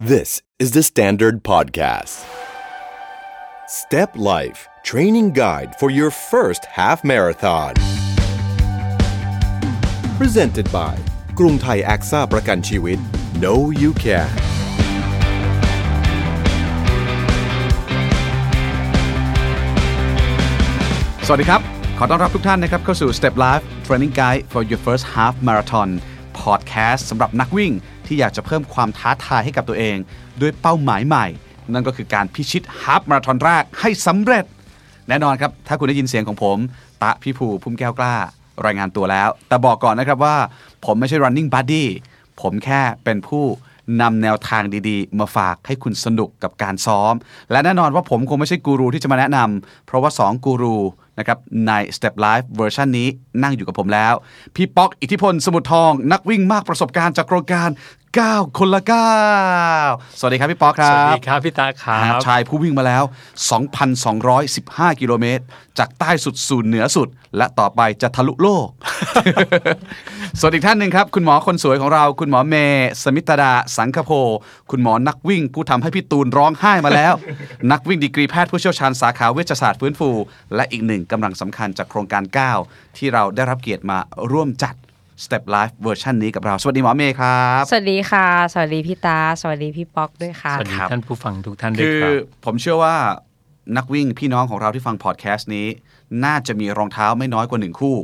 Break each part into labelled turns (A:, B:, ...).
A: This is the Standard Podcast. Step Life Training Guide for your first half marathon. Presented by กรุงไทย a อ a ประกันชีวิต No You Can
B: สวัสดีครับ ขอต้อนรับทุกท่านนะครับเข้าสู่ Step Life Training Guide for your first half marathon podcast สำหรับนักวิ่งที่อยากจะเพิ่มความท้าทายให้กับตัวเอง ด้วยเป้าหมายใหม่ นั่นก็คือการพิชิต half marathon แรกให้สำเร็จ แน่นอนครับ ถ้าคุณได้ยินเสียงของผม ตะพี่ภูพุ่มแก้วกล้า รายงานตัวแล้ว แต่บอกก่อนนะครับว่า ผมไม่ใช่ running buddy ผมแค่เป็นผู้นำแนวทางดีๆ มาฝากให้คุณสนุกกับการซ้อม และแน่นอนว่าผมคงไม่ใช่กูรูที่จะมาแนะนำเพราะว่า 2 กูรูนะครับใน Step Live เวอร์ชันนี้นั่งอยู่กับผมแล้ว พี่ป๊อกอิทธิพลสมุทรทอง นักวิ่งมากประสบการณ์จากโครงการ 9 คนละ 9 สวัสดีครับพี่ป๊อกครั
C: ส
B: บ
C: วัสดีครับพี่ตาครั
B: นะครับ บชายผู้วิ่งมาแล้ว 2,215 กิโลเมตร จากใต้สุดสู่เหนือสุด และต่อไปจะทะลุโลก ส่วนอีกท่านหนึ่งครับ คุณหมอคนสวยของเรา คุณหมอเมย์สมิตดา สังคโพ คุณหมอนักวิ่งผู้ทำให้พี่ตูนร้องไห้มาแล้ว นักวิ่งดีกรีแพทย์ผู้เชี่ยวชาญสาขาเวชศาสตร์ฟื้นฟู และอีกหนึ่งกำลังสำคัญจากโครงการ 9 ที่เราได้รับเกียรติมาร่วมจัด Step Life เวอร์ชันนี้กับเรา สวัสดีหมอเมย์ครับ
D: สวัสดีค่ะ สวัสดีพี่ตา สวัสดีพี่ป๊อกด้วยค่ะ
C: สวัสดี
B: ครับ
C: ท่านผู้ฟังทุกท่านด้วย
B: คือ
C: ครับ
B: ผมเชื่อว่านักวิ่งพี่น้องของเราที่ฟังพอดแคสต์นี้ น่าจะมีรองเท้าไม่น้อยกว่าหนึ่งคู่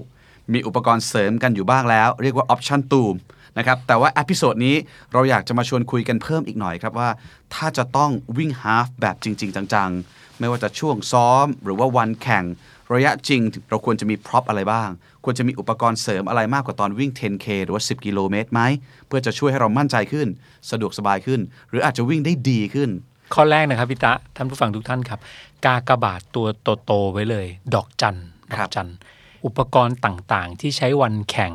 B: มีอุปกรณ์เสริมกันอยู่บ้างแล้ว เรียกว่าออปชั่นตูมนะครับแต่ว่าอพิโซดนี้เราอยากจะมาชวนคุยกันเพิ่มอีกหน่อยครับว่า ถ้าจะต้องวิ่งฮาฟแบบจริง ๆ จัง ๆ ไม่ว่าจะช่วงซ้อม หรือว่าวันแข่ง ระยะจริงเราควรจะมีพร็อพอะไรบ้าง ควรจะมีอุปกรณ์เสริมอะไรมากกว่าตอนวิ่ง 10K หรือว่า 10 กิโลเมตรไหมเพื่อจะช่วยให้เรามั่นใจขึ้น สะดวกสบายขึ้น หรืออาจจะวิ่งได้ดีขึ้น
C: ข้อแรกนะครับพี่ตาท่านผู้ฟังทุกท่านครับ กากบาทตัวโตๆไว้เลย ดอกจันด
B: ค
C: อ
B: รับ
C: กจันอุปกรณ์ต่างๆ ที่ใช้วันแข่ง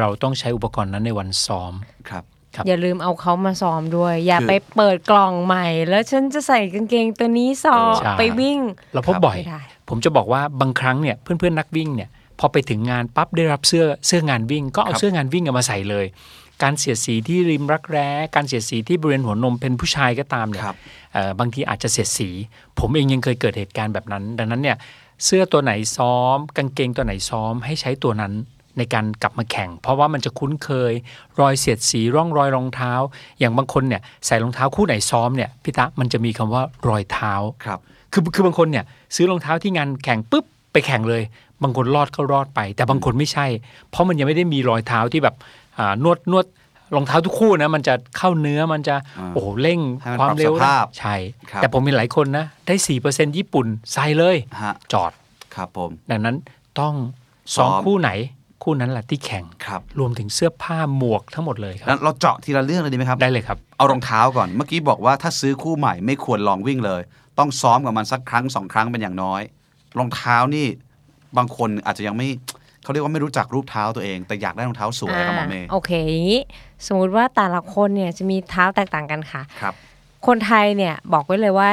C: เราต้องใช้อุปกรณ์นั้นในวันซ้อม
B: ครับ
C: ครับ
D: อย่าลืมเอาเขามาซ้อมด้วย อย่า
B: คือ
D: ไปเปิดกล่องใหม่ แล้วฉันจะใส่กางเกงตัวนี้ซ้อม
C: ใช่
D: ไปวิ่ง
C: เราพบบ่อย
D: ไม่ได้
C: ผมจะบอกว่าบางครั้งเนี่ยเพื่อนๆนักวิ่งเนี่ยพอไปถึงงานปั๊บได้รับเสื้อเสื้องานวิ่ง ก็เอา
B: ครับ
C: เสื้องานวิ่งเอามาใส่เลย การเสียดสีที่ริมรักแร้ การเสียดสีที่บริเวณหัวนมเป็นผู้ชายก็ตามเนี่ย
B: ครับ
C: เอ่อบางทีอาจจะเสียดสี ผมเองยังเคยเกิดเหตุการณ์แบบนั้น ดังนั้นเนี่ยเสื้อตัวไหนซ้อม กางเกงตัวไหนซ้อม ให้ใช้ตัวนั้นในการกลับมาแข่ง เพราะว่ามันจะคุ้นเคย รอยเสียดสีร่องรอยรองเท้า อย่างบางคนเนี่ยใส่รองเท้าคู่ไหนซ้อมเนี่ยพี่ตะมันจะมีคำว่ารอยเท้า
B: ครับ
C: คือคือบางคนเนี่ยซื้อรองเท้าที่งานแข่งปุ๊บไปแข่งเลย บางคนรอดก็รอดไป แต่บางคนไม่ใช่ เพราะมันยังไม่ได้มีรอยเท้าที่แบบอ่านวดนวดรองเท้าทุกคู่นะมันจะเข้าเนื้อมันจะ
B: อ่า
C: โอ้โหเร่ง
B: ให้มัน
C: ความเร็ว
B: ปรับสภาพ
C: ใช่
B: ครับ
C: แต่ผมมีหลายคนนะ ได้สี่เปอร์เซ็นญี่ปุ่นใส่เลย
B: ฮะ
C: จอด
B: ครับผม
C: ดังนั้นต้องซ้อม
B: ซ้อม
C: คู่ไหน คู่นั้นแหละที่แข่ง
B: ครับ
C: รวมถึงเสื้อผ้าหมวกทั้งหมดเลยครับ
B: งั้นเราเจาะทีละเรื่องเลยดีไหมครับ
C: ได้เลยครับ
B: เอารองเท้าก่อน เมื่อกี้บอกว่าถ้าซื้อคู่ใหม่ไม่ควรลองวิ่งเลย ต้องซ้อมกับมันสักครั้งสองครั้งเป็นอย่างน้อย รองเท้านี่บางคนอาจจะยังไม่ เขาเรียกว่าไม่รู้จักรูปเท้าตัวเอง แต่อยากได้รองเท้าสวยครับหมอเมย์
D: โอเคอย่างนี้สมมุติว่าแต่ละคนเนี่ยจะมีเท้าแตกต่างกันค่ะ
B: ครับ
D: คนไทยเนี่ยบอกไว้เลยว่า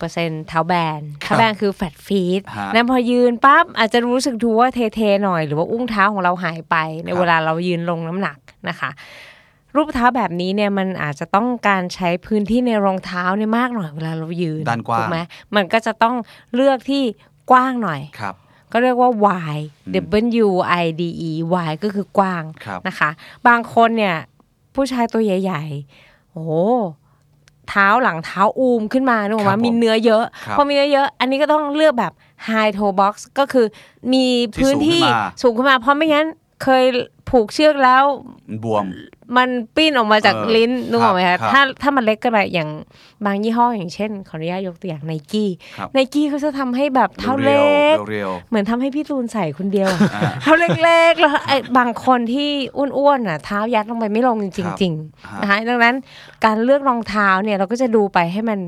D: 70%เท้าแบนเท้าแบนคือแฟตฟีด
B: ฮะ
D: นั้นพอยืนปั๊บอาจจะรู้สึกดูว่าเทๆหน่อย หรือว่าอุ้งเท้าของเราหายไป ใน
B: ครับ
D: เวลาเรายืนลงน้ำหนักนะคะ รูปเท้าแบบนี้เนี่ยมันอาจจะต้องการใช้พื้นที่ในรองเท้าเนี่ยมากหน่อยเวลาเรายืน
B: ด้านกว้าง
D: ถูกไหมมันก็จะต้องเลือกที่กว้างหน่อย
B: ครับ
D: ก็เรียกว่า Y
B: อืม
D: W I D E Y ก็คือกว้าง
B: ครับ
D: นะคะ บางคนเนี่ย ผู้ชายตัวใหญ่ ๆ โอ้โหเท้าหลังเท้าอูมขึ้นมานึกออก
B: ครั
D: มา
B: บผม
D: มีเนื้อเยอะ
B: ครับ
D: พอมีเนื้อเยอะ อันนี้ก็ต้องเลือกแบบ High Toe Box ก็คือมีพื้นที่
B: ที่สู
D: สูงขึ้นมา เพราะไม่งั้นเคยผูกเชือกแล้ว
B: มันบวม
D: มันปิ้นออกมาจาก
B: เออ
D: ลิ้นนึกออกไหม
B: ครั
D: คะ
B: บครับ
D: ถ้าถ้ามันเล็กเกินไปอย่างบางยี่ห้ออย่างเช่น ขออนุญาตยกตัวอย่างไนกี้
B: ครับ
D: ไนกี้เขาจะทำให้แบบเท้าเล็ก
B: เรียวๆ
D: เหมือนทำให้พี่ตูนใส่คนเดียวอะ
B: อ่า
D: เท้าเล็กๆ แล้วไอ้บางคนที่อ้วนๆน่ะเท้ายัดลงไปไม่ลงจ
B: ครับ
D: ริง
B: ฮะ
D: ๆนะคะดังนั้นการเลือกรองเท้าเนี่ยเราก็จะดูไปให้มัน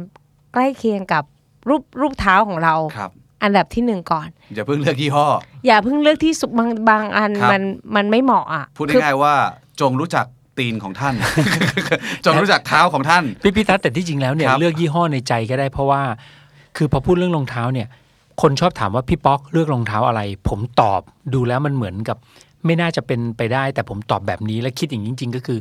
D: ใกล้เคียงกับรูปรูปเท้าของเรา
B: ครับ
D: อันดับที่หนึ่งก่อน
B: อย่าเพิ่งเลือกยี่ห้อ
D: อย่าเพิ่งเลือกที่สุดบางบางอัน
B: ครับ
D: มันมันไม่เหมาะอ่ะ
B: พูด
D: คือ
B: ง่ายๆว่าจงรู้จักตีนของท่าน จงรู้จักเท้าของท่าน
C: พี่พี่ทัศน์แต่ที่จริงแล้วเนี่ย
B: ครับ
C: เลือกยี่ห้อในใจก็ได้เพราะว่า คือพอพูดเรื่องรองเท้าเนี่ย คนชอบถามว่าพี่ป๊อกเลือกรองเท้าอะไร ผมตอบดูแล้วมันเหมือนกับ ไม่น่าจะเป็นไปได้ แต่ผมตอบแบบนี้และคิดอย่างนี้จริง ๆ ก็คือ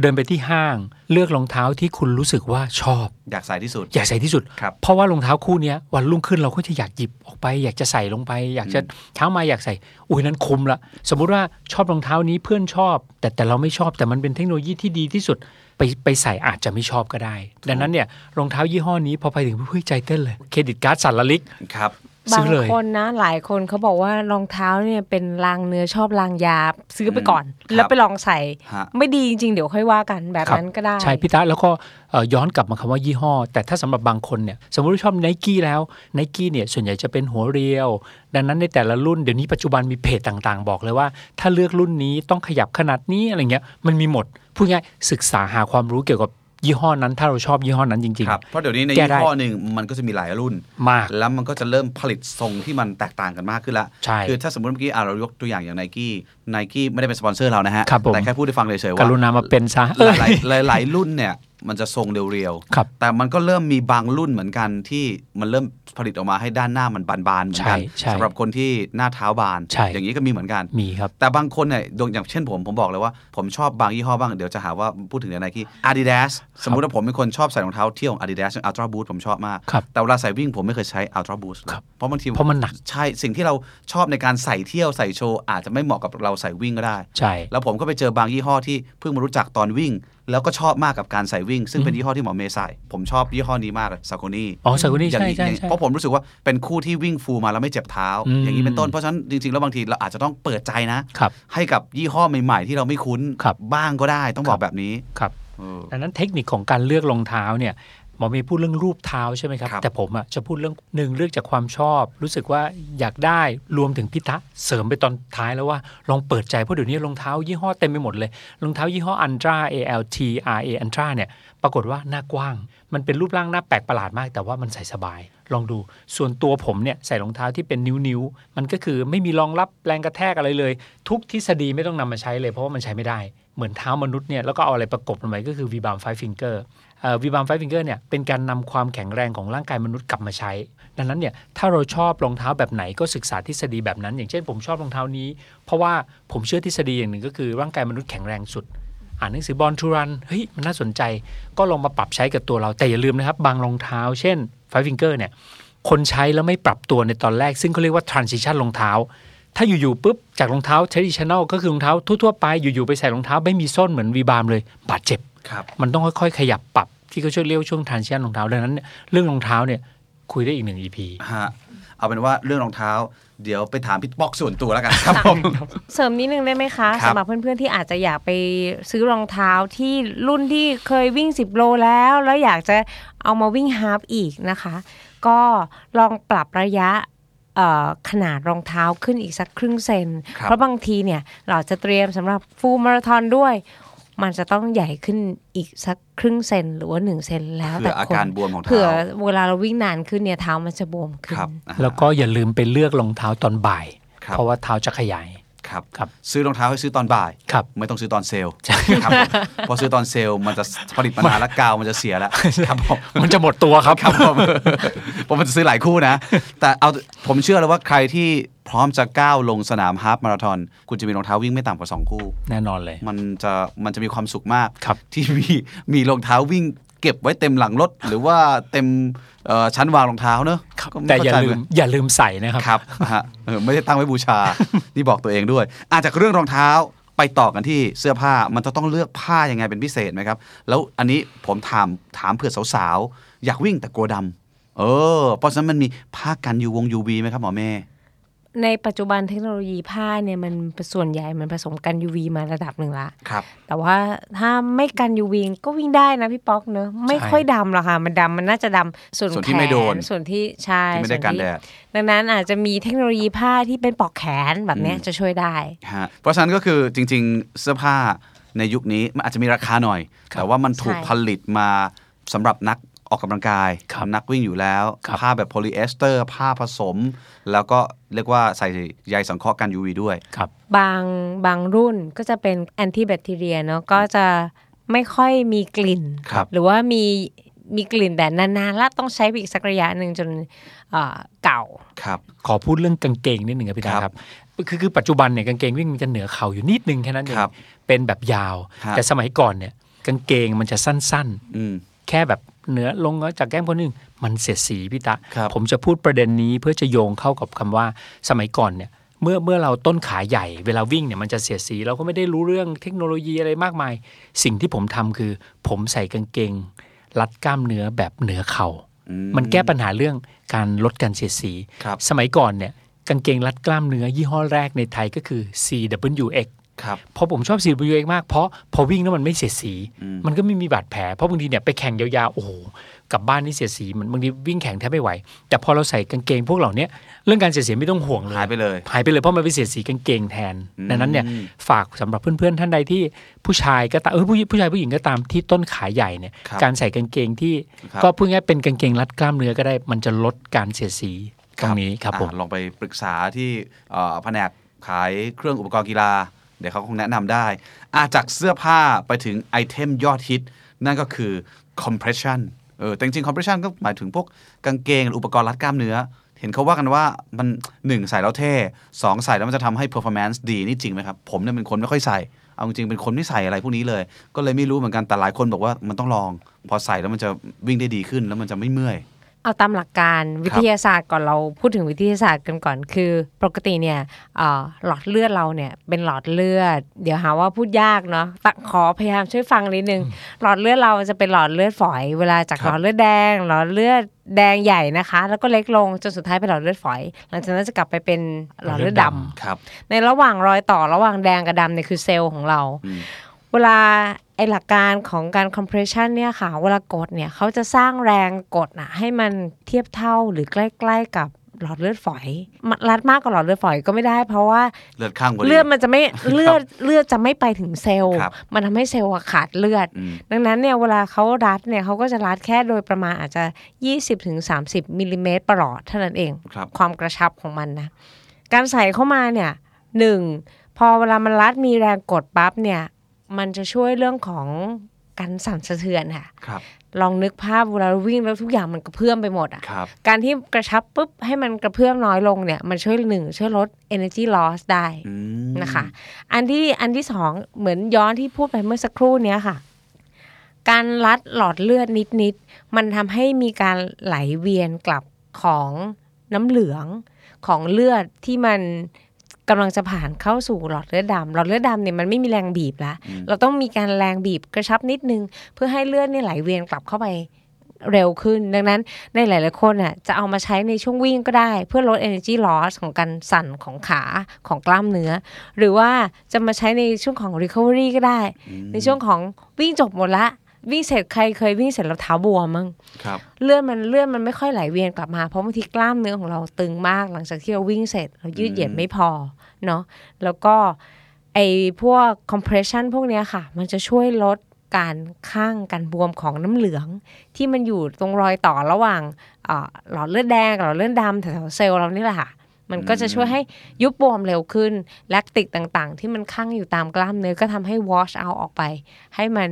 C: เดินไปที่ห้าง เลือกรองเท้าที่คุณรู้สึกว่าชอบ
B: อยากใส่ที่สุด
C: อยากใส่ที่สุด
B: ครับ
C: เพราะว่ารองเท้าคู่เนี้ยวันรุ่งขึ้นเราก็จะอยากหยิบออกไป อยากจะใส่ลงไป อยากจะเช้ามาอยากใส่ อุ้ยนั้นคุ้มละ สมมุติว่าชอบรองเท้านี้เพื่อนชอบ แต่แต่เราไม่ชอบแต่มันเป็นเทคโนโลยีที่ดีที่สุด ไปไปใส่อาจจะไม่ชอบก็ได้ ดังนั้นเนี่ยรองเท้ายี่ห้อนี้พอไปถึงเฮ้ยใจเต้นเลยเครดิตการ์ดสั่นละลิก
B: ครับ
C: ซื้
D: บาง
C: อเลย
D: คนนะหลายคนเขาบอกว่ารองเท้าเนี่ยเป็นลางเนื้อชอบลางยาซื้อไปก่อน
B: ครับ
D: แล้วไปลองใส่
B: ฮะ
D: ไม่ดีจริงๆ เดี๋ยวค่อยว่ากันแบบนั้นก็ได้
C: ใช่พี่ตะแล้วก็เอ่อย้อนกลับมาคำว่ายี่ห้อ แต่ถ้าสำหรับบางคนเนี่ยสมมติว่าชอบไนกี้แล้วไนกี้เนี่ยส่วนใหญ่จะเป็นหัวเรียว ดังนั้นในแต่ละรุ่นเดี๋ยวนี้ปัจจุบันมีเพจต่างๆ บอกเลยว่า ถ้าเลือกรุ่นนี้ต้องขยับขนาดนี้อะไรเงี้ยมันมีหมดพูดง่ายศึกษาหาความรู้เกี่ยวกับยี่ห้อนั้น ถ้าเราชอบยี่ห้อนั้นจริง
B: ครับ เพราะเดี๋ยวนี้ใน
C: แก้
B: ยี่
C: ได้
B: ห้อหนึ่งมันก็จะมีหลายรุ่น
C: ๆ มาก
B: แล้วมันก็จะเริ่มผลิตทรงที่มันแตกต่างกันมากขึ้นละ
C: ใช่
B: คือถ้าสมมติเมื่อกี้อ่ะเรายกตัวอย่างอย่างไนกี้ไนกี้ไม่ได้เป็นสปอนเซอร์เรานะฮะ
C: ครับผม
B: แต่แค่พูดให้ฟังเฉยๆ
C: ก
B: ว่า
C: รุณามาเป็นซะเออ
B: หลายหลายหลายรุ่นเนี่ยมันจะทรงเรียว
C: ครับ
B: แต่มันก็เริ่มมีบางรุ่นเหมือนกันที่มันเริ่มผลิตออกมาให้ด้านหน้ามันบานๆเหมือนกัน
C: ใช่ใช่
B: สำหรับคนที่หน้าเท้าบาน
C: ใช่
B: อย่างนี้ก็มีเหมือนกัน
C: มีครับ
B: แต่บางคนเนี่ยโดยอย่างเช่นผม ผมบอกเลยว่า ผมชอบบางยี่ห้อบ้าง เดี๋ยวจะหาว่าพูดถึงในไนกี้ Adidas สมมุติว่าผมเป็นคนชอบใส่รองเท้าเที่ยวของ Adidas อย่าง Ultra Boost ผมชอบมาก
C: ครับ
B: แต่เวลาใส่วิ่งผมไม่เคยใช้ Ultra Boost เลย
C: ครับ
B: เพราะบางที
C: เพราะมันหนัก
B: ใช่ สิ่งที่เราชอบในการใส่เที่ยวใส่โชว์ อาจจะไม่เหมาะกับเราใส่วิ่งก็ได้
C: ใช่
B: แล้วผมก็ไปเจอบางยี่ห้อที่เพิ่งมารู้จักตอนวิ่ง แล้วก็ชอบมากกับการใส่วิ่ง ซึ่งเป็นยี่ห้อที่หมอเมย์ใส่ผมชอบยี่ห้อนี้มากซาโกนี่
C: อ๋อสกุลนี่
B: อย่าง
C: ใช่
B: นี้
C: ใช่
B: อย่างนี้
C: ใช่
B: เพราะผมรู้สึกว่าเป็นคู่ที่วิ่งฟูลมาแล้วไม่เจ็บเท้า
C: อืม
B: อย่างนี้เป็นต้นเพราะฉะนั้นจริงๆ แล้วบางทีเราอาจจะต้องเปิดใจนะ
C: ครับ
B: ให้กับยี่ห้อใหม่ๆ ที่เราไม่คุ้น
C: ครับ
B: บ้างก็ได้ต้องบอ
C: ครั
B: ก
C: บ
B: แบบนี้
C: ครับ
B: เออ
C: ดังนั้นเทคนิคของการเลือกรองเท้าเนี่ยหมอเมย์พูดเรื่องรูปเท้าใช่ไหมครับ
B: ครับ
C: แต่ผมอ่ะจะพูดเรื่องหนึ่งเลือกจากความชอบ รู้สึกว่าอยากได้รวมถึงพิทะเสริมไปตอนท้ายแล้วว่าลองเปิดใจเพราะเดี๋ยวนี้รองเท้ายี่ห้อเต็มไปหมดเลยรองเท้ายี่ห้ออันตรา A L T R A อันตราเนี่ยปรากฏว่าหน้ากว้าง มันเป็นรูปร่างหน้าแปลกประหลาดมาก แต่ว่ามันใส่สบาย ลองดูส่วนตัวผมเนี่ยใส่รองเท้าที่เป็นนิ้วๆมันก็คือไม่มีรองรับแรงกระแทกอะไรเลย ทุกทฤษฎีไม่ต้องนำมาใช้เลยเพราะว่ามันใช้ไม่ได้ เหมือนเท้ามนุษย์เนี่ยแล้วก็เอาอะไรประกบมันไว้ก็คือวีบามไฟฟิงเกอร์วีบามไฟฟิงเกอร์เนี่ยเป็นการนำความแข็งแรงของร่างกายมนุษย์กลับมาใช้ ดังนั้นเนี่ยถ้าเราชอบรองเท้าแบบไหนก็ศึกษาทฤษฎีแบบนั้น อย่างเช่นผมชอบรองเท้านี้ เพราะว่าผมเชื่อทฤษฎีอย่างหนึ่งก็คือร่างกายมนุษย์แข็งแรงสุด อ่านหนังสือบอลทูรันเฮ้ยมันน่าสนใจก็ลองมาปรับใช้กับตัวเราแต่อย่าลืมนะครับ บางรองเท้า เช่นไฟฟิงเกอร์เนี่ยคนใช้แล้วไม่ปรับตัวในตอนแรก ซึ่งเขาเรียกว่า transition รองเท้า ถ้าอยู่ๆปุ๊บ จากรองเท้า traditional ก็คือรองเท้าทั่วๆไปอยู่ๆไปใส่รองเท้าไม่มีส้นเหมือนวีบามเลย บาดเจ็บ
B: ครับ
C: มันต้องค่อยๆ ขยับปรับที่เขาช่วยเรียกว่าช่วง transition รองเท้าดังนั้นเนี่ยเรื่องรองเท้าเนี่ยคุยได้อีกหนึ่ง EP
B: ฮะเอาเป็นว่าเรื่องรองเท้า เดี๋ยวไปถามพี่ป๊อกส่วนตัวแล้วกันครับผม
D: เสริมนิดนึงได้ไหมคะ
B: ครับ
D: สำหรับเพื่อนๆที่อาจจะอยากไปซื้อรองเท้าที่รุ่นที่เคยวิ่ง 10 โลแล้ว แล้วอยากจะเอามาวิ่งฮาล์ฟอีกนะคะ ก็ลองปรับระยะเอ่อขนาดรองเท้าขึ้นอีกสักครึ่งเซน
B: ครับ
D: เพราะบางทีเนี่ยเราจะเตรียมสำหรับฟูลมาราธอนด้วย มันจะต้องใหญ่ขึ้นอีกสักครึ่งเซนหรือว่า 1 เซนแล้ว
B: เผื่
D: แต่
B: ออา
D: คน
B: การบวมของเท้า
D: เผื่อเวลาเราวิ่งนานขึ้นเนี่ยเท้ามันจะบวมขึ้น
B: ครับอ่ะ
C: แล้วก็อย่าลืมไปเลือกรองเท้าตอนบ่าย
B: ครับ
C: เพราะว่าเท้าจะขยาย
B: ครับ
C: ครับ
B: ซื้อรองเท้าให้ซื้อตอนบ่าย
C: ครับ
B: ไม่ต้องซื้อตอนเซลล์ครับผมเพอซื้อตอนเซลล์มันจะผลิตปัญหาและกาวมันจะเสีย แล้วครับผม
C: มันจะหมดตัวครับ
B: ครับผมผมจะซื้อหลายคู่นะ แต่เอาผมเชื่อแล้วว่าใครที่พร้อมจะก้าวลงสนามฮาล์ฟมาราธอนคุณจะมีรองเท้าวิ่งไม่ต่ำกว่า 2 คู่
C: แน่นอนเลย
B: มันจะมันจะมีความสุขมาก
C: ครับ
B: ที่มีมีรองเท้าวิ่งเก็บไว้เต็มหลังรถ หรือว่าเต็มเอ่อชั้นวางรองเท้าเนอะก็ไม่
C: แต่
B: เข้
C: อย่า
B: ใจ
C: ลื
B: เห
C: ม
B: น
C: อย่าลืมใส่นะครับ
B: ครับฮะเออไม่ได้ตั้งไว้บู ชา นี่บอกตัวเองด้วย อาจากเรื่องรองเท้าไปต่อกันที่เสื้อผ้ามันจะต้องเลือกผ้ายังไงเป็นพิเศษไหมครับ แล้วอันนี้ผมถามถามเผื่อสาวๆ อยากวิ่งแต่กลัวดำเออ เพราะฉะนั้นมันมีผ้ากันยูวงยูวีไหมครับหมอเม่
D: ในปัจจุบันเทคโนโลยีผ้าเนี่ยมันส่วนใหญ่มันผสมกัน UV มาระดับหนึ่งละ
B: ครับ
D: แต่ว่าถ้าไม่กัน UV ก็วิ่งได้นะพี่ป๊อกเนอะไม่ค่อยดำหรอกค่ะ มันดำมันน่าจะดำส่วน
B: ส่วนที่
D: แข
B: ไม่โดน
D: นส่วนที่ใช่
B: ที่ไม่ได้
D: ส่ว
B: กันแดด
D: ดังนั้นอาจจะมีเทคโนโลยีผ้าที่เป็นปลอกแขนแบบเนี้ยจะช่วยได้
B: ฮะเพราะฉะนั้นก็คือจริงๆ เสื้อผ้าในยุคนี้มันอาจจะมีราคาหน่อย แต่ว่ามันถูก
D: ใช่
B: ผลิตมาสำหรับนักออกกำลังกาย
C: ครับ
B: นักวิ่งอยู่แล้ว
C: ครับ
B: ผ้าแบบโพลีเอสเตอร์ ผ้าผสม แล้วก็เรียกว่าใส่ใยสังเคราะห์กัน UV ด้วย
C: ครับ
D: บางบางรุ่นก็จะเป็นแอนตี้แบคทีเรียเนาะก็จะไม่ค่อยมีกลิ่น
B: ครับ
D: หรือว่ามีมีกลิ่นแต่นานๆแล้วต้องใช้ไปอีกสักระยะหนึ่งจนเอ่อเก่า
B: ครับ
C: ขอพูดเรื่องกางเกงนิดหนึ่งครับพี่ดา
B: ค
C: ค
B: รั
C: รั
B: บบ
C: คือคือปัจจุบันเนี่ยกางเกงวิ่งมันจะเหนือเข่าอยู่นิดนึงแค่นั้นเอง
B: ครับ
C: เป็นแบบยาว
B: ฮะ
C: แต่สมัยก่อนเนี่ย กางเกงมันจะสั้น ๆ
B: อืม
C: แค่แบบเหนือลงจากแก้มคนหนึ่งมันเสียดสีพี่ตะ
B: ครับ
C: ผมจะพูดประเด็นนี้เพื่อจะโยงเข้ากับคำว่าสมัยก่อนเนี่ยเมื่อเมื่อเราต้นขาใหญ่เวลาวิ่งเนี่ยมันจะเสียดสีเราก็ไม่ได้รู้เรื่องเทคโนโลยีอะไรมากมาย สิ่งที่ผมทำคือ ผมใส่กางเกง รัดกล้ามเนื้อแบบเหนือเข่า มันแก้ปัญหาเรื่องการลดการเสียดสี
B: ครับ
C: สมัยก่อนเนี่ยกางเกงรัดกล้ามเนื้อยี่ห้อแรกในไทยก็คือ CWX
B: ครับ
C: เพราะผมชอบ CWX มากเพราะพอวิ่งแล้วมันไม่เสียดสี มันก็ไม่มีบาดแผล เพราะบางทีเนี่ยไปแข่งยาวๆ โอ้โหกลับบ้านนี่เสียดสีมันบางทีวิ่งแข่งแทบไม่ไหว แต่พอเราใส่กางเกงพวกเหล่าเนี้ยเรื่องการเสียดสีไม่ต้องห่วงเลย
B: หายไปเลย
C: หายไปเลยเพราะมันไปเสียดสีกางเกงแทนดังนั้นเนี่ยฝากสำหรับเพื่อนๆท่านใดที่ผู้ชายก็ตามเออผู้หญิงผู้ชายผู้หญิงก็ตามที่ต้นขาใหญ่เนี่ย
B: ครับ
C: การใส่กางเกงที่
B: ครับ
C: ก็พูดง่ายๆเป็นกางเกงรัดกล้ามเนื้อก็ได้ มันจะลดการเสียดสีตรงนี้ครับผม
B: อ่าลองไปปรึกษาที่เอ่อแผนกขายเครื่องอุปกรณ์กีฬา เดี๋ยวเขาคงแนะนำได้อาจากเสื้อผ้าไปถึงไอเทมยอดฮิต นั่นก็คือ compression เออแต่จริงๆ compression ก็หมายถึงพวกกางเกงหรืออุปกรณ์รัดกล้ามเนื้อ เห็นเขาว่ากันว่ามัน 1 ใส่แล้วเท่ 2 ใส่แล้วมันจะทำให้ performance ดี นี่จริงไหมครับ ผมเนี่ยเป็นคนไม่ค่อยใส่ เอาจริงๆเป็นคนไม่ใส่อะไรพวกนี้เลย ก็เลยไม่รู้เหมือนกันแต่หลายคนบอกว่ามันต้องลอง พอใส่แล้วมันจะวิ่งได้ดีขึ้นแล้วมันจะไม่เมื่อย
D: เอาตามหลักการวิทยาศาสตร์ก่อนเราพูดถึงวิทยาศาสตร์กันก่อนคือ ปกติเนี่ยเอ่อหลอดเลือดเราเนี่ยเป็นหลอดเลือด เดี๋ยวหาว่าพูดยากเนาะตะขอพยายามช่วยฟังนิดนึง หลอดเลือดเราจะเป็นหลอดเลือดฝอย เวลาจาก
B: ครับ
D: หลอดเลือดแดง หลอดเลือดแดงใหญ่นะคะ แล้วก็เล็กลงจนสุดท้ายเป็นหลอดเลือดฝอย หลังจากนั้นจะกลับไปเป็นหลอดเลือดดำ
B: ครับ
D: ในระหว่างรอยต่อระหว่างแดงกับดำเนี่ยคือเซลล์ของเรา
B: อืม
D: เวลาไอหลักการของการ compression เนี่ยค่ะ เวลากดเนี่ยเขาจะสร้างแรงกดนะให้มันเทียบเท่าหรือใกล้ๆกับหลอดเลือดฝอยมันรัดมากกว่าหลอดเลือดฝอยก็ไม่ได้ เพราะว่า
B: เลือดข้างบริ
D: เลือดมันจะไม่เลือดเลือดจะไม่ไปถึงเซลล์
B: ครับ
D: มันทำให้เซลล์อะขาดเลือด
B: อืม
D: ดังนั้นเนี่ยเวลาเขารัดเนี่ยเขาก็จะรัดแค่โดยประมาณอาจจะ 20-30มิลลิเมตรประหลอดเท่านั้นเอง
B: ครับ
D: ความกระชับของมันนะ การใส่เข้ามาเนี่ยหนึ่งพอเวลามันรัดมีแรงกดปั๊บเนี่ย มันจะช่วยเรื่องของการสั่นสะเทือนค่ะ
B: ครับ
D: ลองนึกภาพเวลาเราวิ่งแล้วทุกอย่างมันกระเพื่อมไปหมดอ่ะ
B: ครับ
D: การที่กระชับปุ๊บให้มันกระเพื่อมน้อยลงเนี่ย มันช่วยหนึ่งช่วยลด energy loss ได้
B: อืม
D: นะคะอันที่อันที่สองเหมือนย้อนที่พูดไปเมื่อสักครู่เนี้ยค่ะ การรัดหลอดเลือดนิดนิดๆมันทำให้มีการไหลเวียนกลับของน้ำเหลืองของเลือดที่มันกำลังจะผ่านเข้าสู่หลอดเลือดดำหลอดเลือดดำเนี่ยมันไม่มีแรงบีบละ
B: อืม
D: เราต้องมีการแรงบีบกระชับนิดนึง เพื่อให้เลือดเนี่ยไหลเวียนกลับเข้าไปเร็วขึ้น ดังนั้นในหลาย ๆ คนอ่ะจะเอามาใช้ในช่วงวิ่งก็ได้ เพื่อลด energy loss ของการสั่นของขาของกล้ามเนื้อ หรือว่าจะมาใช้ในช่วงของ recovery ก็ได้
B: อืม
D: ในช่วงของวิ่งจบหมดละ วิ่งเสร็จใครเคยวิ่งเสร็จแล้วเท้าบวมมั้ง
B: ครับ
D: เลือดมันเลือดมันไม่ค่อยไหลเวียนกลับมา เพราะบางทีกล้ามเนื้อของเราตึงมาก หลังจากที่เราวิ่งเสร็จเรายืดเหยียด
B: อืม
D: ไม่พอเนาะแล้วก็ไอพวก compression พวกเนี้ยค่ะ มันจะช่วยลดการข้างการบวมของน้ำเหลือง ที่มันอยู่ตรงรอยต่อระหว่างเอ่อหลอดเลือดแดงกับหลอดเลือดดำแถวๆเซลล์เรานี่แหละค่ะ มันก็จะช่วยให้ยุบบวมเร็วขึ้น แลคติกต่างๆ ที่มันคั่งอยู่ตามกล้ามเนื้อก็ทำให้ wash out ออกไป ให้มัน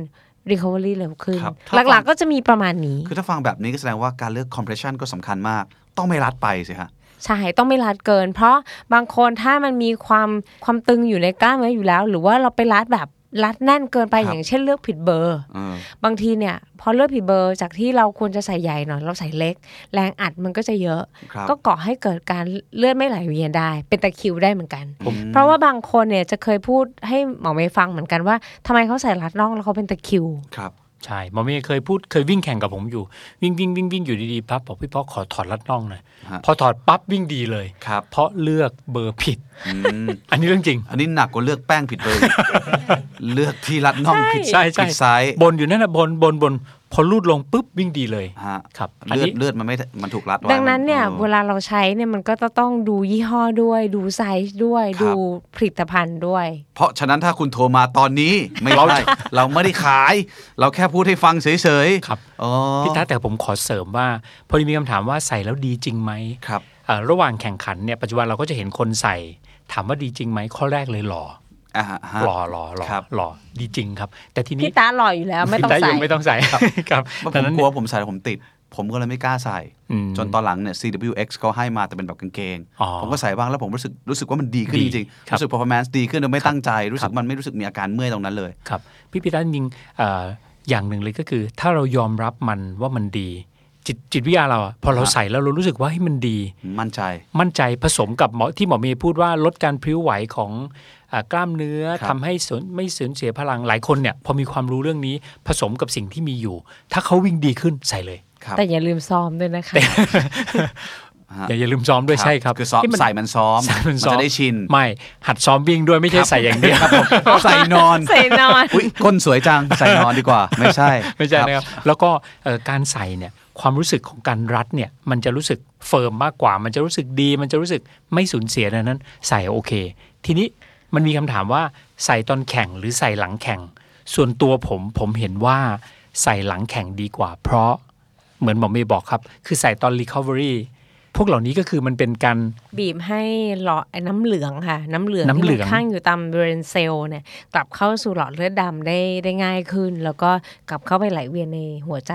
D: recovery เร็วขึ้น
B: ครับ
D: หลักๆก็จะมีประมาณนี้
B: คือถ้าฟังแบบนี้ก็แสดงว่าการเลือก compression ก็สำคัญมาก ต้องไม่รัดไปสิฮะ
D: ใช่ต้องไม่รัดเกิน เพราะบางคนถ้ามันมีความความตึงอยู่ในกล้ามเนื้ออยู่แล้ว หรือว่าเราไปรัดแบบรัดแน่นเกินไป
B: ครับ
D: อย่างเช่นเลือกผิดเบอร์
B: เออบ
D: างทีเนี่ยพอเลือกผิดเบอร์จากที่เราควรจะใส่ใหญ่หน่อยเราใส่เล็ก แรงอัดมันก็จะเยอะ
B: ครับ
D: ก็ก่อให้เกิดการเลือดไม่ไหลเวียนได้ เป็นตะคริวได้เหมือนกัน
B: ผม
D: เพราะว่าบางคนเนี่ยจะเคยพูดให้หมอเมย์ฟังเหมือนกันว่าทำไมเขาใส่รัดน่องแล้วเขาเป็นตะคริว
B: ครับ
C: ใช่หมอเมย์เคยพูดเคยวิ่งแข่งกับผมอยู่ วิ่งวิ่งวิ่งวิ่งอยู่ดีๆปั๊บบอกพี่ป๊อกขอถอดรัดน่องหน่อย
B: ฮะ
C: พอถอดปั๊บวิ่งดีเลย
B: ครับ
C: เพราะเลือกเบอร์ผิด
B: อืม
C: อันนี้เรื่องจริง
B: อันนี้หนักกว่าเลือกแป้งผิดเลย เลือกที่รัดน่องผิด
C: ใช่ใช่
B: ผิดซ้าย
C: บนอยู่นั่นนะบนบนบนพอลูดลงปุ๊บวิ่งดีเลย
B: ฮะ
C: ครับอัน
B: เลือ
C: นี้
B: ดเลือดมันไม่มันถูกรัดไว้
D: ดังนั้นเนี่ย
B: มั
D: เวลาเราใช้เนี่ยมันก็จะต้องดูยี่ห้อด้วย ดูไซส์ด้วย ดูผลิตภัณฑ์ด้วย
B: เพราะฉะนั้นถ้าคุณโทรมาตอนนี้ไม่ได้เราไม่ได้ขาย เราแค่พูดให้ฟังเฉยๆ
C: ครับ
B: อ๋อ
C: พี่ตาแต่ผมขอเสริมว่า พอดีมีคำถามว่าใส่แล้วดีจริงไหม
B: ครับ
C: เอ่อระหว่างแข่งขันเนี่ยปัจจุบันเราก็จะเห็นคนใส่ ถามว่าดีจริงไหมข้อแรกเลยหล่อ
B: อ่าฮะฮะ
C: หล่อหล่อหล่อ
B: ครับ
C: หล่อดีจริงครับ แต่ทีนี้
D: พี่ตาหล่ออยู่แล้วไม่ต้อง
C: พี่ะ
D: ใส่
C: ยังไม่ต้องใส่ ครับ
B: เพราะผ
C: ดัง
B: ม
C: นั้น
B: กลัวผมใส่แล้วผมติด ผมก็เลยไม่กล้าใส่
C: อืม
B: จนตอนหลังเนี่ย CWX เขาให้มาแต่เป็นแบบกางเกง
C: อ๋อ
B: ผมก็ใส่บ้างแล้วผมรู้สึกรู้สึกว่ามันดีขึ้น
C: ดี
B: จริงๆ
C: ครับ
B: รู้สึก performance ดีขึ้นโดยไม่ตั้งใจ รู้สึ
C: ครั
B: ก
C: บ
B: มันไม่รู้สึกมีอาการเมื่อยตรงนั้นเลย
C: ครับพี่พีรัตน์ยิงเอ่ออย่างหนึ่งเลยก็คือ ถ้าเรายอมรับมันว่ามันดี จิตจิตวิทยาเราอะพอเรา
B: ครับ
C: ใส่แล้วเรารู้สึกว่าเฮ้ยมันดี
B: มั่นใจ
C: มั่นใจผสมกับหมอที่หมอเมย์พูดว่าลดการพลิ้วไหวของอากล้ามเนื้อ
B: ครับ
C: ทำให้สูญไม่สูญเสียพลังหลายคนเนี่ยพอมีความรู้เรื่องนี้ผสมกับสิ่งที่มีอยู่ ถ้าเขาวิ่งดีขึ้นใส่เลย
B: ครับ
D: แต่อย่าลืมซ้อมด้วยนะคะ
B: ฮะ
C: อย่าอย่าลืมซ้อมด้วยใช่ครับ
B: คือซ้อม
C: ที่มัน
B: ใส่มันซ้อม
C: ใส่มัน
B: มัน
C: ซ้อม
B: จะได้ชิน
C: ไม่หัดซ้อมวิ่งด้วยไม่ใช่ใส่อย่างเดียว
B: ครับผมใส่นอน
D: ใส่นอน
B: อุ้ยก้นสวยจังใส่นอนดีกว่า ไม่ใช่
C: ไม่ใช่
B: ครับ
C: นะครับแล้วก็เอ่อการใส่เนี่ยความรู้สึกของการรัดเนี่ยมันจะรู้สึกเฟิร์มมากกว่า มันจะรู้สึกดี มันจะรู้สึกไม่สูญเสียดังนั้น ใส่โอเค ทีนี้มันมีคำถามว่าใส่ตอนแข่งหรือใส่หลังแข่ง ส่วนตัวผมผมเห็นว่าใส่หลังแข่งดีกว่า เพราะเหมือนหมอเมย์บอกครับ คือใส่ตอน Recovery พวกเหล่านี้ก็คือมันเป็นการ
D: บีบให้หลอดไอ้น้ำเหลืองค่ะ น้ำเหลือง
C: น้ำ
D: ที่
C: เหลื
D: มั
C: อง
D: นข้างอยู่ตามบริเวณเซลล์เนี่ยกลับเข้าสู่หลอดเลือดดำได้ได้ง่ายขึ้น แล้วก็กลับเข้าไปไหลเวียนในหัวใจ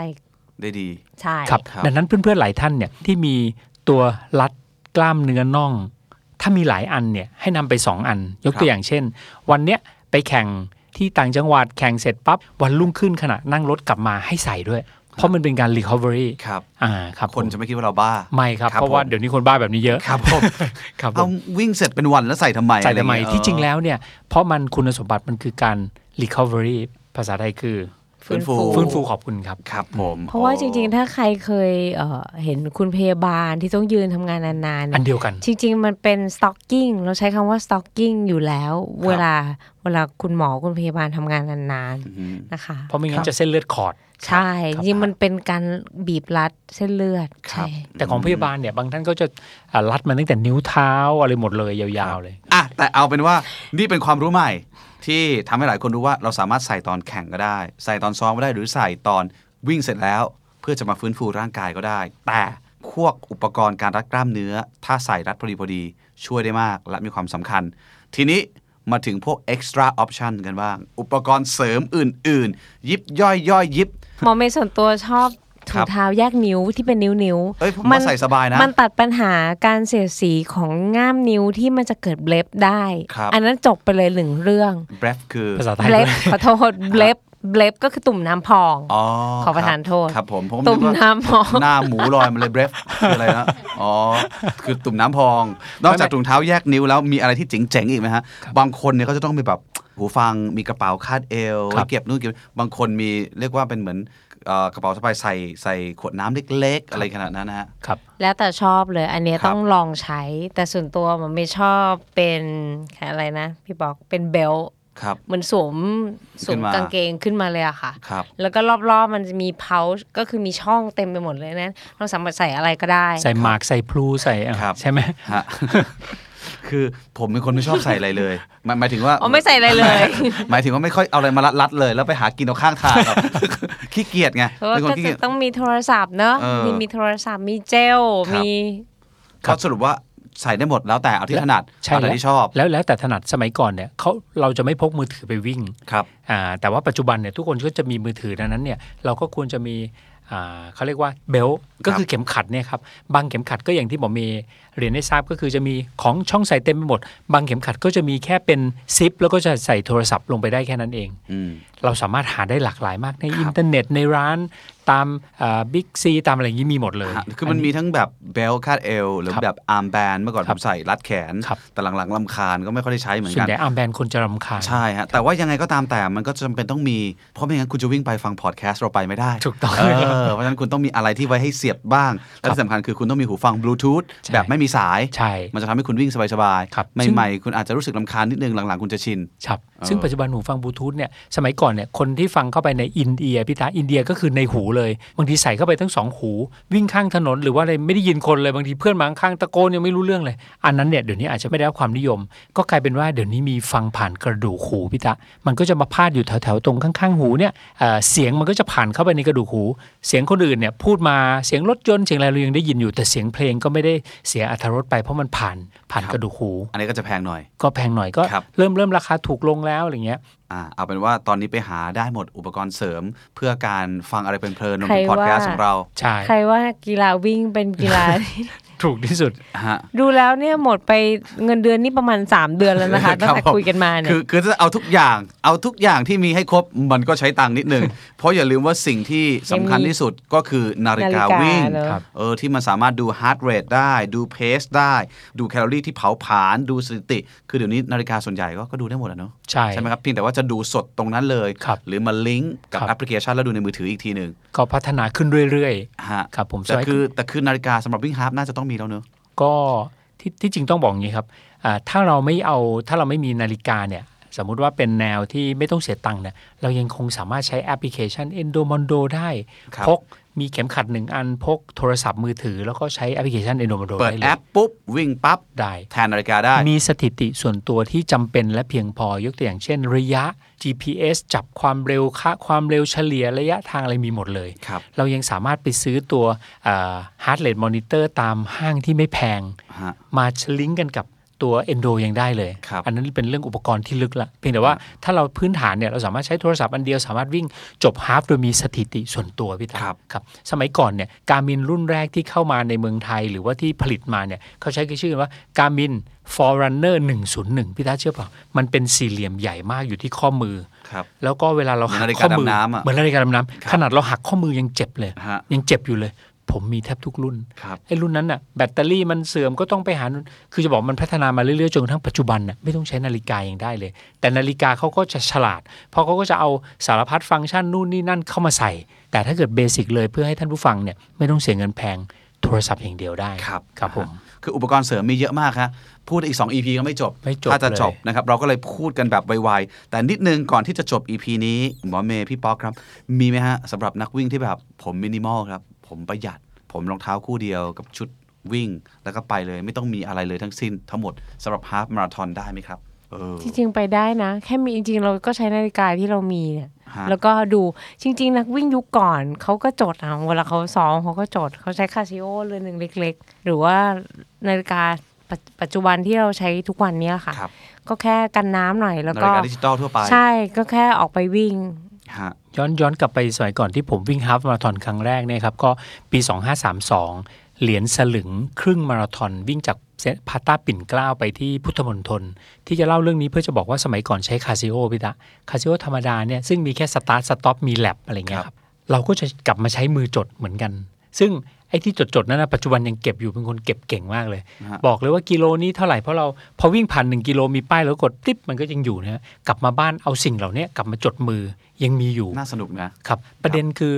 B: ได้ดี
D: ใช่
C: ครับ
B: ครับ
C: ดังนั้นเพื่อนๆ หลายท่านเนี่ยที่มีตัวรัดกล้ามเนื้อน่อง ถ้ามีหลายอันเนี่ยให้นำไป 2 อัน ยก
B: ครับ
C: ตัวอย่างเช่น วันเนี้ยไปแข่งที่ต่างจังหวัดแข่งเสร็จปั๊บ วันรุ่งขึ้นขณะนั่งรถกลับมาให้ใส่ด้วย เพราะมันเป็นการ recovery
B: ครับ
C: อ่าครับ
B: คน
C: ผม
B: จะไม่คิดว่าเราบ้า
C: ไม่ครับ
B: ครับ
C: เพราะว่า
B: ผม
C: เดี๋ยวนี้คนบ้าแบบนี้เยอะ
B: ครับผม
C: ครับผ
B: เอา
C: ม
B: วิ่งเสร็จเป็นวันแล้วใส่ทำไม
C: ใส่ทำไม
B: อะเงี้ย
C: ที่จริง
B: เออ
C: แล้วเนี่ยเพราะมันคุณสมบัติมันคือการ recovery ภาษาไทยคือ
B: ฟื้นฟู โอ้
C: ฟื้นฟูขอบคุณครับ
B: ครับผม
D: เพราะว่าจริงๆ ถ้าใครเคยเอ่อเห็นคุณพยาบาลที่ต้องยืนทำงานนานๆ
C: อั
D: เนี่ย
C: นเดียวกัน
D: จริง ๆ มันเป็นสต็อกกิ้งเราใช้คำว่าสต็อกกิ้งอยู่แล้ว เวลาเวลาคุณหมอคุณพยาบาลทำงานนาน
B: อือฮึ
D: ๆนะคะ
C: เพราะไม่งั้นจะเส้นเลือดขอด
D: ใช่
C: ครับ
D: จริงๆมันเป็นการบีบรัดเส้นเลือด
B: ครั
D: ใช่
B: บ
C: แต่ของพยาบาลเนี่ยบางท่านก็จะอ่ารัดมันตั้งแต่นิ้วเท้าอะไรหมดเลยยาวๆเลย
B: อ่ะแต่เอาเป็นว่านี่เป็นความรู้ใหม่ ที่ทำให้หลายคนรู้ว่าเราสามารถใส่ตอนแข่งก็ได้ ใส่ตอนซ้อมก็ได้หรือใส่ตอนวิ่งเสร็จแล้ว เพื่อจะมาฟื้นฟูร่างกายก็ได้ แต่ควบอุปกรณ์การรัดกล้ามเนื้อ ถ้าใส่รัดพอดีพอดี ช่วยได้มากและมีความสำคัญ ทีนี้มาถึงพวก extra option กันบ้าง อุปกรณ์เสริมอื่น ๆ ยิบย่อยย่อยยิบ
D: หมอเมย์ส่วนตัวชอบ
B: ค
D: ถุ
B: รั
D: ง
B: บ
D: เท้าแยกนิ้วที่เป็นนิ้วนิ้ว
B: เอ้ยผมว่าใส่สบายนะ
D: มันตัดปัญหาการเสียดสีของง่ามนิ้วที่มันจะเกิดเบลฟได้
B: ครับ
D: อันนั้นจบไปเลยหนึ่งเรื่อง
B: breath คือ
C: ภาษาไทย
D: เบล
C: ด้ว ย
D: ฟขอโทษเบลฟเบลฟก็คือตุ่มน้ำพอง
B: อ๋อ
D: ขอประทานโทษ
B: ครับผมผม
D: ตุ่ม
B: นึกว่า
D: น้ำพอง
B: หน้าหมูลอยมาเลยเบรฟอะไรนะอ๋อ คือตุ่มน้ำพอง นอกจากถุงเท้าแยกนิ้วแล้วมีอะไรที่เจ๋งๆอีกไหมฮะ บางคนเนี่ยเขาจะต้องมีแบบหูฟังมีกระเป๋าคาดเอว
C: ครับ
B: ไว้เก็บนู่นเก็บบางคนมีเรียกว่าเป็นเหมือนเอ่อกระเป๋าสะพายใส่ใส่ขวดน้ำเล็กๆ อะไรขนาดนั้นนะฮะ
C: ครับ
D: แล้วแต่ชอบเลย อันเนี้ย
B: ครับ
D: ต้องลองใช้ แต่ส่วนตัวหมันไม่ชอบเป็นอะไรนะ พี่บอกเป็นเบลต์
B: ครับ
D: เหมือนสวมสว
B: ขึ้
D: ม
B: นมา
D: กางเกงขึ้นมาเลยอะค่ะ
B: ครับ
D: แล้วก็รอบๆ มันจะมีเพาชก็คือมีช่องเต็มไปหมดเลยนะเราสามารถใส่อะไรก็ได้
C: ใส่หมากใส่พลูใส่อ่ะ
B: ครับ
C: ใช่ไหม
B: ฮะ คือผมเป็นคนไม่ชอบใส่อะไรเลยหมายหมายถึงว่า
D: อ๋อไม่ใส่อะไรเลย
B: หมายถึงว่าไม่ค่อยเอาอะไรมารัดๆเลย แล้วไปหากินเอาข้างทางครับ ขี้เกียจไง
D: เพราะว่า
B: เป็นคน
D: ก็
B: ขี้
D: จะ
B: เกียจ
D: ต้องมีโทรศัพท์เนอะ
B: เออ
D: มีมีโทรศัพท์มีเจล
B: ครับ
D: มี
B: เขาสรุปว่าใส่ได้หมดแล้วแต่เอาที่ถนัด
C: ใช่
B: เอา
C: แล้ว
B: ที่ชอบ
C: แล้วแล้วแต่ถนัดสมัยก่อนเนี่ยเขาเราจะไม่พกมือถือไปวิ่ง
B: ครับ
C: อ่าแต่ว่าปัจจุบันเนี่ยทุกคนก็จะมีมือถือดังนั้นเนี่ยเราก็ควรจะมีอ่าเขาเรียกว่าเบลก็คือเข็มขัดเนี่ยครับบางเข็มขัดก็อย่างที่หมอเมย์เรียนให้ทราบก็คือจะมีของช่องใส่เต็มไปหมด บางเข็มขัดก็จะมีแค่เป็นซิปแล้วก็จะใส่โทรศัพท์ลงไปได้แค่นั้นเอง
B: อืม
C: เราสามารถหาได้หลากหลายมาก
B: ค
C: ใน
B: รับ
C: อินเทอร์เน็ตในร้านตามบิ๊กซีตามอะไรอย่างนี้มีหมดเลย
B: ฮะคือมันมีทั้งแบบเบลคาดเอว หรือ
C: ครับ
B: แบบอาร์มแบนเมื่อก่อน
C: ค
B: ผ
C: รับ
B: มใส่รัดแขน
C: ครับ
B: แต่หลังๆลำคาญก็ไม่ค่อยได้ใช้เหมือน
C: ส่ว
B: กัน น
C: ใหญ่อาร์มแบนด์คนจะรำคาญ
B: ใช่ฮะ แต่ว่ายังไงก็ตามแต่มันก็จำเป็นต้องมี เพราะไม่งั้นคุณจะวิ่งไปฟังพอดแคสต์เราไปไม่ได้
C: ถูกต้อง
B: เอเพราะฉะนั้นคุณต้องมีอะไรที่ไว้ให้เสียบบ้าง และที่สำคัญคือคุณต้องมีหูฟังบลูทูธ
C: ใช่
B: แบบไม่มีสาย
C: ใช่
B: มันจะทำให้คุณวิ่งสบาย
C: ครับ
B: ๆใหม่ๆคุณอาจจะรู้สึกลำคาญนิดนึงหลังๆคุณจะชิน
C: ครับ
B: เออ
C: ซึ่งปัจจุบันหูฟังบลูทูธเนี่ยสมัยก่อนเนี่ยคนที่ฟังเข้าไปในอินเดียพิธาอินเดียก็คือในหูเลยบางทีใส่เข้าไปทั้งสองหู วิ่งข้างถนนหรือว่าอะไรไม่ได้ยินคนเลยบางทีเพื่อนมาข้างๆตะโกนยังไม่รู้เรื่องเลย อันนั้นเนี่ยเดี๋ยวนี้อาจจะไม่ได้รับความนิยม ก็กลายเป็นว่าเดี๋ยวนี้มีฟังผ่านกระดูกหูพิธามันก็จะมาพาดอยู่แถวๆตรงข้างๆหูเนี่ยเอ่อเสียงมันก็จะผ่านเข้าไปในกระดูกหู เสียงคนอื่นเนี่ยพูดมาเสียงรถยนต์เสียงอะไรเรายังได้ยินอยู่ แต่เสียงเพลงก็ไม่ได้เสียอรรถรสไปเพราะมันผ่านผ่าน
B: ครับ
C: กระดูกหู
B: อันนี้ก็จะแพงหน่อย
C: ก็แพงหน่อยก็
B: ครับ
C: เริ่มเริ่มราคาถูกลงแล้วอะไรเงี้ย
B: อ่าเอาเป็นว่าตอนนี้ไปหาได้หมดอุปกรณ์เสริม เพื่อการฟังอะไรเพลินๆรวมถึง
D: ใคร
B: พอดแคสต์
D: ว่า
B: ของเรา
C: ใช่
D: ใครว่ากีฬาวิ่งเป็นกีฬา
C: ถูกที่สุด
B: ฮะ
D: ดูแล้วเนี่ยหมดไปเงินเดือนนี่ประมาณ 3 เดือนแล้วนะคะ
B: ค
D: ตั้ง
B: รับ
D: แต่
B: ผม
D: คุยกันมาเนี่
B: คื
D: ย
B: อคือถ้าเอาทุกอย่างเอาทุกอย่างที่มีให้ครบมันก็ใช้ตังค์นิดนึง เพราะอย่าลืมว่าสิ่งที่สำคัญ
D: ยังมี
B: ที่สุดก็คือนาฬิกา
D: นาฬิกา
B: วิ่ง
D: เนอะ
C: ครับ
B: เออที่มันสามารถดูฮาร์ดเรทได้ ดูเพสได้ ดูแคลอรี่ที่เผาผลาญดูสถิติ คือเดี๋ยวนี้นาฬิกาส่วนใหญ่ก็ก็ดูได้หมดแล้วเนาะ
C: ใช่
B: ใช่ไหมครับเพียงแต่ว่าจะดูสดตรงนั้นเลย
C: ครับ
B: หรือมาลิงก์กับ
C: ครับ
B: แอปพลิเคชันแล้วดูในมือถืออีกทีหนึ่ง
C: ก็พัฒนาขึ้นเรื่อย
B: ฮะ
C: ครับผม
B: แต่
C: สมัย
B: คือแต่คือนาฬิกาสำหรับวิ่งฮาล์ฟน่าจะต้องมีแล้วเนอะ
C: ๆ ก็ที่ที่จริงต้องบอกอย่างนี้ครับอ่าถ้าเราไม่เอาถ้าเราไม่มีนาฬิกาเนี่ย สมมุติว่าเป็นแนวที่ไม่ต้องเสียตังค์เนี่ยเรายังคงสามารถใช้แอปพลิเคชัน Endomondo ได้
B: ครับ
C: พกมีเข็มขัดหนึ่งอันพกโทรศัพท์มือถือ แล้วก็ใช้แอปพลิเคชัน Endomondo
B: เปิด
C: ได้เล
B: แอยปปุ๊บวิ่งปั๊บ
C: ได้
B: แทนนาฬิกาได้
C: มีสถิติส่วนตัวที่จำเป็นและเพียงพอยกตัวอย่างเช่น ระยะ GPS จับความเร็วค่าความเร็วเฉลี่ยระยะทางอะไรมีหมดเลย
B: ครับ
C: เรายังสามารถไปซื้อตัวฮาร์ดเรทมอนิเตอร์ตามห้างที่ไม่แพง
B: ฮะ
C: มาลิงก์กันกับตัว Endo ยังได้เลย
B: ครับ
C: อันนั้นเป็นเรื่องอุปกรณ์ที่ลึกละเพียงแต่ว่าถ้าเราพื้นฐานเนี่ยเราสามารถใช้โทรศัพท์อันเดียวสามารถวิ่งจบฮาล์ฟโดยมีสถิติส่วนตัวพี่ตา
B: ครับ
C: ครับสมัยก่อนเนี่ยการมินรุ่นแรกที่เข้ามาในเมืองไทย หรือว่าที่ผลิตมาเนี่ยเขาใช้ชื่อว่าการมิน Forerunner 101 พี่ตาเชื่อเปล่ามันเป็นสี่เหลี่ยมใหญ่มากอยู่ที่ข้อมือ
B: ครับ
C: แล้วก็เวลาเราหัก
B: เหมือนนาฬิกา
C: ข้อมือ
B: ดำน้ำอะ
C: เหมือนนาฬิกาดำ
B: ค
C: น้
B: รับ
C: ำขนาดเราหักข้อมือยังเจ็บเลย
B: ฮะ
C: ยังเจ็บอยู่เลย ผมมีแทบทุกรุ่น
B: ครับ
C: ไอ้รุ่นนั้นน่ะแบตเตอรี่มันเสื่อมก็ต้องไปหารุ่นคือจะบอกมันพัฒนามาเรื่อยๆจนกระทั่งปัจจุบันน่ะไม่ต้องใช้นาฬิกาอย่างได้เลย แต่นาฬิกาเขาก็จะฉลาด เพราะเขาก็จะเอาสารพัดฟังก์ชันนู่นนี่นั่นเข้ามาใส่ แต่ถ้าเกิดเบสิกเลยเพื่อให้ท่านผู้ฟังเนี่ยไม่ต้องเสียเงินแพงโทรศัพท์อย่างเดียวได้
B: ครับ
C: ครับผม
B: คืออุปกรณ์เสริมมีเยอะมากฮะพูดอีก 2 EP ก็ไม่จบ
C: ไม่จบ
B: ถ้าจะ
C: เลย
B: จบนะครับ เราก็เลยพูดกันแบบไวๆ แต่นิดนึงก่อนที่จะจบ EP นี้หมอเมย์พี่ป๊อกครับ มีไหมฮะสำหรับนักวิ่งที่แบบผมมินิมอลครับ ผมประหยัด ผมรองเท้าคู่เดียวกับชุดวิ่ง แล้วก็ไปเลยไม่ต้องมีอะไรเลยทั้งสิ้นทั้งหมดสำหรับฮาฟมาราธอนได้ไหมครับ เออ
D: จริงๆไปได้นะ แค่มีจริงๆ เราก็ใช้นาฬิกาที่เรามีเนี่ย
B: ฮะ
D: แล้วก็ดูจริง ๆ นักวิ่งยุคก่อนเขาก็จดเอาเวลาเขาซ้อมเขาก็จดเขาใช้คาซิโอเรือนหนึ่งเล็ก ๆ หรือว่านาฬิกาปัจปัจจุบันที่เราใช้ทุกวันเนี้ค่ะ
B: ครับ
D: ก็แค่กันน้ำหน่อยแล้ว
B: นา
D: ก็
B: ฬิกาดิจิตอลทั่วไป
D: ใช่ก็แค่ออกไปวิ่ง
B: ฮะ
C: ย้อนย้อนกลับไปสมัยก่อนที่ผมวิ่งฮาล์ฟมาราธอนครั้งแรกเนี่ยครับก็ปี 2532 เหรียญสลึงครึ่งมาราธอนวิ่งจากเซนต์พาต้าปิ่นเกล้าไปที่พุทธมณฑลที่จะเล่าเรื่องนี้เพื่อจะบอกว่าสมัยก่อนใช้คาซิโอพี่ตะคาซิโอธรรมดาเนี่ยซึ่งมีแค่สตาร์ทสต็อปมีแลบอะไรเงี้ยครับเราก็จะกลับมาใช้มือจดเหมือนกัน ซึ่งไอ้ที่จดๆนั้นนะปัจจุบันยังเก็บอยู่เป็นคนเก็บเก่งมากเลย
B: ฮะ
C: บอกเลยว่ากิโลนี้เท่าไหร่เพราะเราพอวิ่งผ่านหนึ่งกิโลมีป้ายแล้วกดติ๊บมันก็ยังอยู่นะฮะกลับมาบ้านเอาสิ่งเหล่านี้กลับมาจดมือยังมีอยู่
B: น่าสนุกนะ
C: ครับประเด็นคือ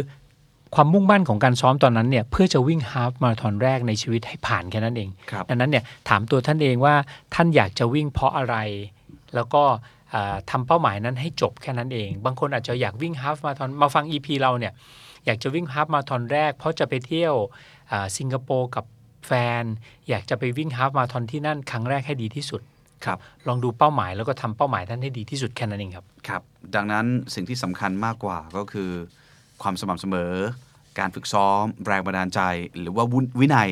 C: ความมุ่งมั่นของการซ้อมตอนนั้นเนี่ยเพื่อจะวิ่งฮาล์ฟมาราธอนแรกในชีวิตให้ผ่านแค่นั้นเอง
B: ครับ
C: ดังนั้นเนี่ยถามตัวท่านเองว่าท่านอยากจะวิ่งเพราะอะไร แล้วก็เอ่อทำเป้าหมายนั้นให้จบแค่นั้นเอง บางคนอาจจะอยากวิ่งฮาล์ฟมาราธอนมาฟัง EP เราเนี่ยอยากจะวิ่งฮาล์ฟมาราธอนแรก เพราะจะไปเที่ยวเอ่อสิงคโปร์กับแฟน อยากจะไปวิ่งฮาล์ฟมาราธอนที่นั่นครั้งแรกให้ดีที่สุด
B: ครับ
C: ลองดูเป้าหมายแล้วก็ทำเป้าหมายท่านให้ดีที่สุดแค่นั้นเองครับ
B: ครับดังนั้นสิ่งที่สำคัญมากกว่าก็คือความสม่ำเสมอ การฝึกซ้อม แรงบันดาลใจ หรือว่าวุวินัย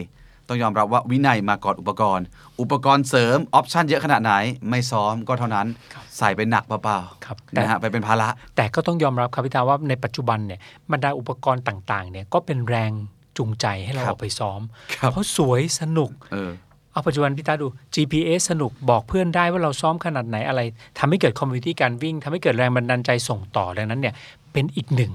B: ต้องยอมรับว่าวินัยมาก่อนอุปกรณ์ อุปกรณ์เสริม ออปชันเยอะขนาดไหน ไม่ซ้อมก็เท่านั้น ใส่ไปหนักเปล่า
C: ครับ
B: ๆนะฮะไปเป็นภาระ
C: แต่ก็ต้องยอมรับครับพี่ตาว่าในปัจจุบันเนี่ยบรรดาอุปกรณ์ต่างๆเนี่ยก็เป็นแรงจูงใจให้เรา
B: ครับ
C: ออกไปซ้อม
B: ครับ
C: เพราะสวยสนุก
B: เออ
C: เอาปัจจุบันพี่ตาดู GPS สนุกบอกเพื่อนได้ว่าเราซ้อมขนาดไหนอะไรทำให้เกิดคอมมูนิตี้การวิ่งทำให้เกิดแรงบันดาลใจส่งต่อดังนั้นเนี่ยเป็นอีกหนึ่ง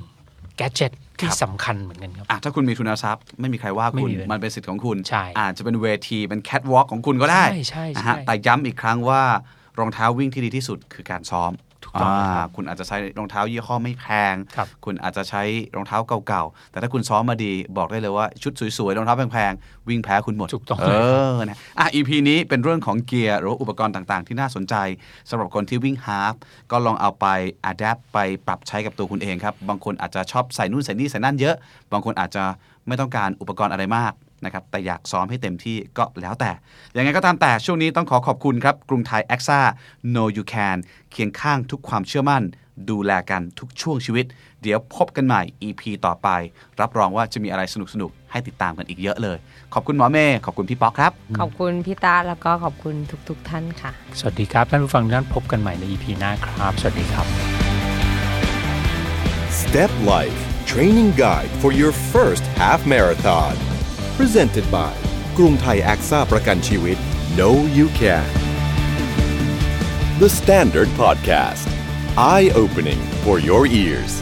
C: แกจิตที่
B: ครับ
C: สำคัญเหมือนกันครับ
B: อ่ะถ้าคุณมีทุนทรัพย์ ไม่มีใครว่าคุณ
C: ไม่มีเลย
B: มันเป็นสิทธิ์ของคุณ
C: ใช่
B: อาจจะเป็นเวทีเป็นแคทวอล์กของคุณก็ได้
C: ใช่ใช่ใช่
B: นะฮะแต่ย้ำอีกครั้งว่ารองเท้าวิ่งที่ดีที่สุดคือการซ้อม
C: ถูกต้อง
B: า
C: ครับ
B: คุณอาจจะใช้รองเท้ายี่ห้อไม่แพง
C: ครับ
B: ณอาจจะใช้รองเท้าเก่าๆ แต่ถ้าคุณซ้อมมาดีบอกได้เลยว่าชุดสวยๆรองเท้าแพงๆวิ่งแพ้คุณหมด
C: ถูกต้อง
B: เออนะอ่ะ EP นี้เป็นเรื่องของเกียร์หรือว่าอุปกรณ์ต่างๆ ที่น่าสนใจสำหรับคนที่วิ่งฮาล์ฟก็ลองเอาไปอัดแอปไปปรับใช้กับตัวคุณเองครับ บางคนอาจจะชอบใส่นู่นใส่นี่ใส่นั่นเยอะ บางคนอาจจะไม่ต้องการอุปกรณ์อะไรมากนะครับแต่อยากซ้อมให้เต็มที่ก็แล้วแต่ ยังไงก็ตามแต่ช่วงนี้ต้องขอขอบคุณครับ กรุงไทยแอคซ่า No You Can เคียงข้างทุกความเชื่อมั่น ดูแลกันทุกช่วงชีวิต เดี๋ยวพบกันใหม่ EP ต่อไป รับรองว่าจะมีอะไรสนุกๆให้ติดตามกันอีกเยอะเลย ขอบคุณหมอเมย์ขอบคุณพี่ป๊อกครับ
D: ขอบคุณพี่ตาแล้วก็ขอบคุณทุก ๆ ท่านค่ะ
C: สวัสดีครับท่านผู้ฟังทุกท่านพบกันใหม่ใน EP หน้าครับ สวัสดีครับ
A: Step Life Training Guide for your first half marathon Presented by กรุงไทยแอคซ่าประกันชีวิต Know You Can The Standard Podcast Eye Opening for Your Ears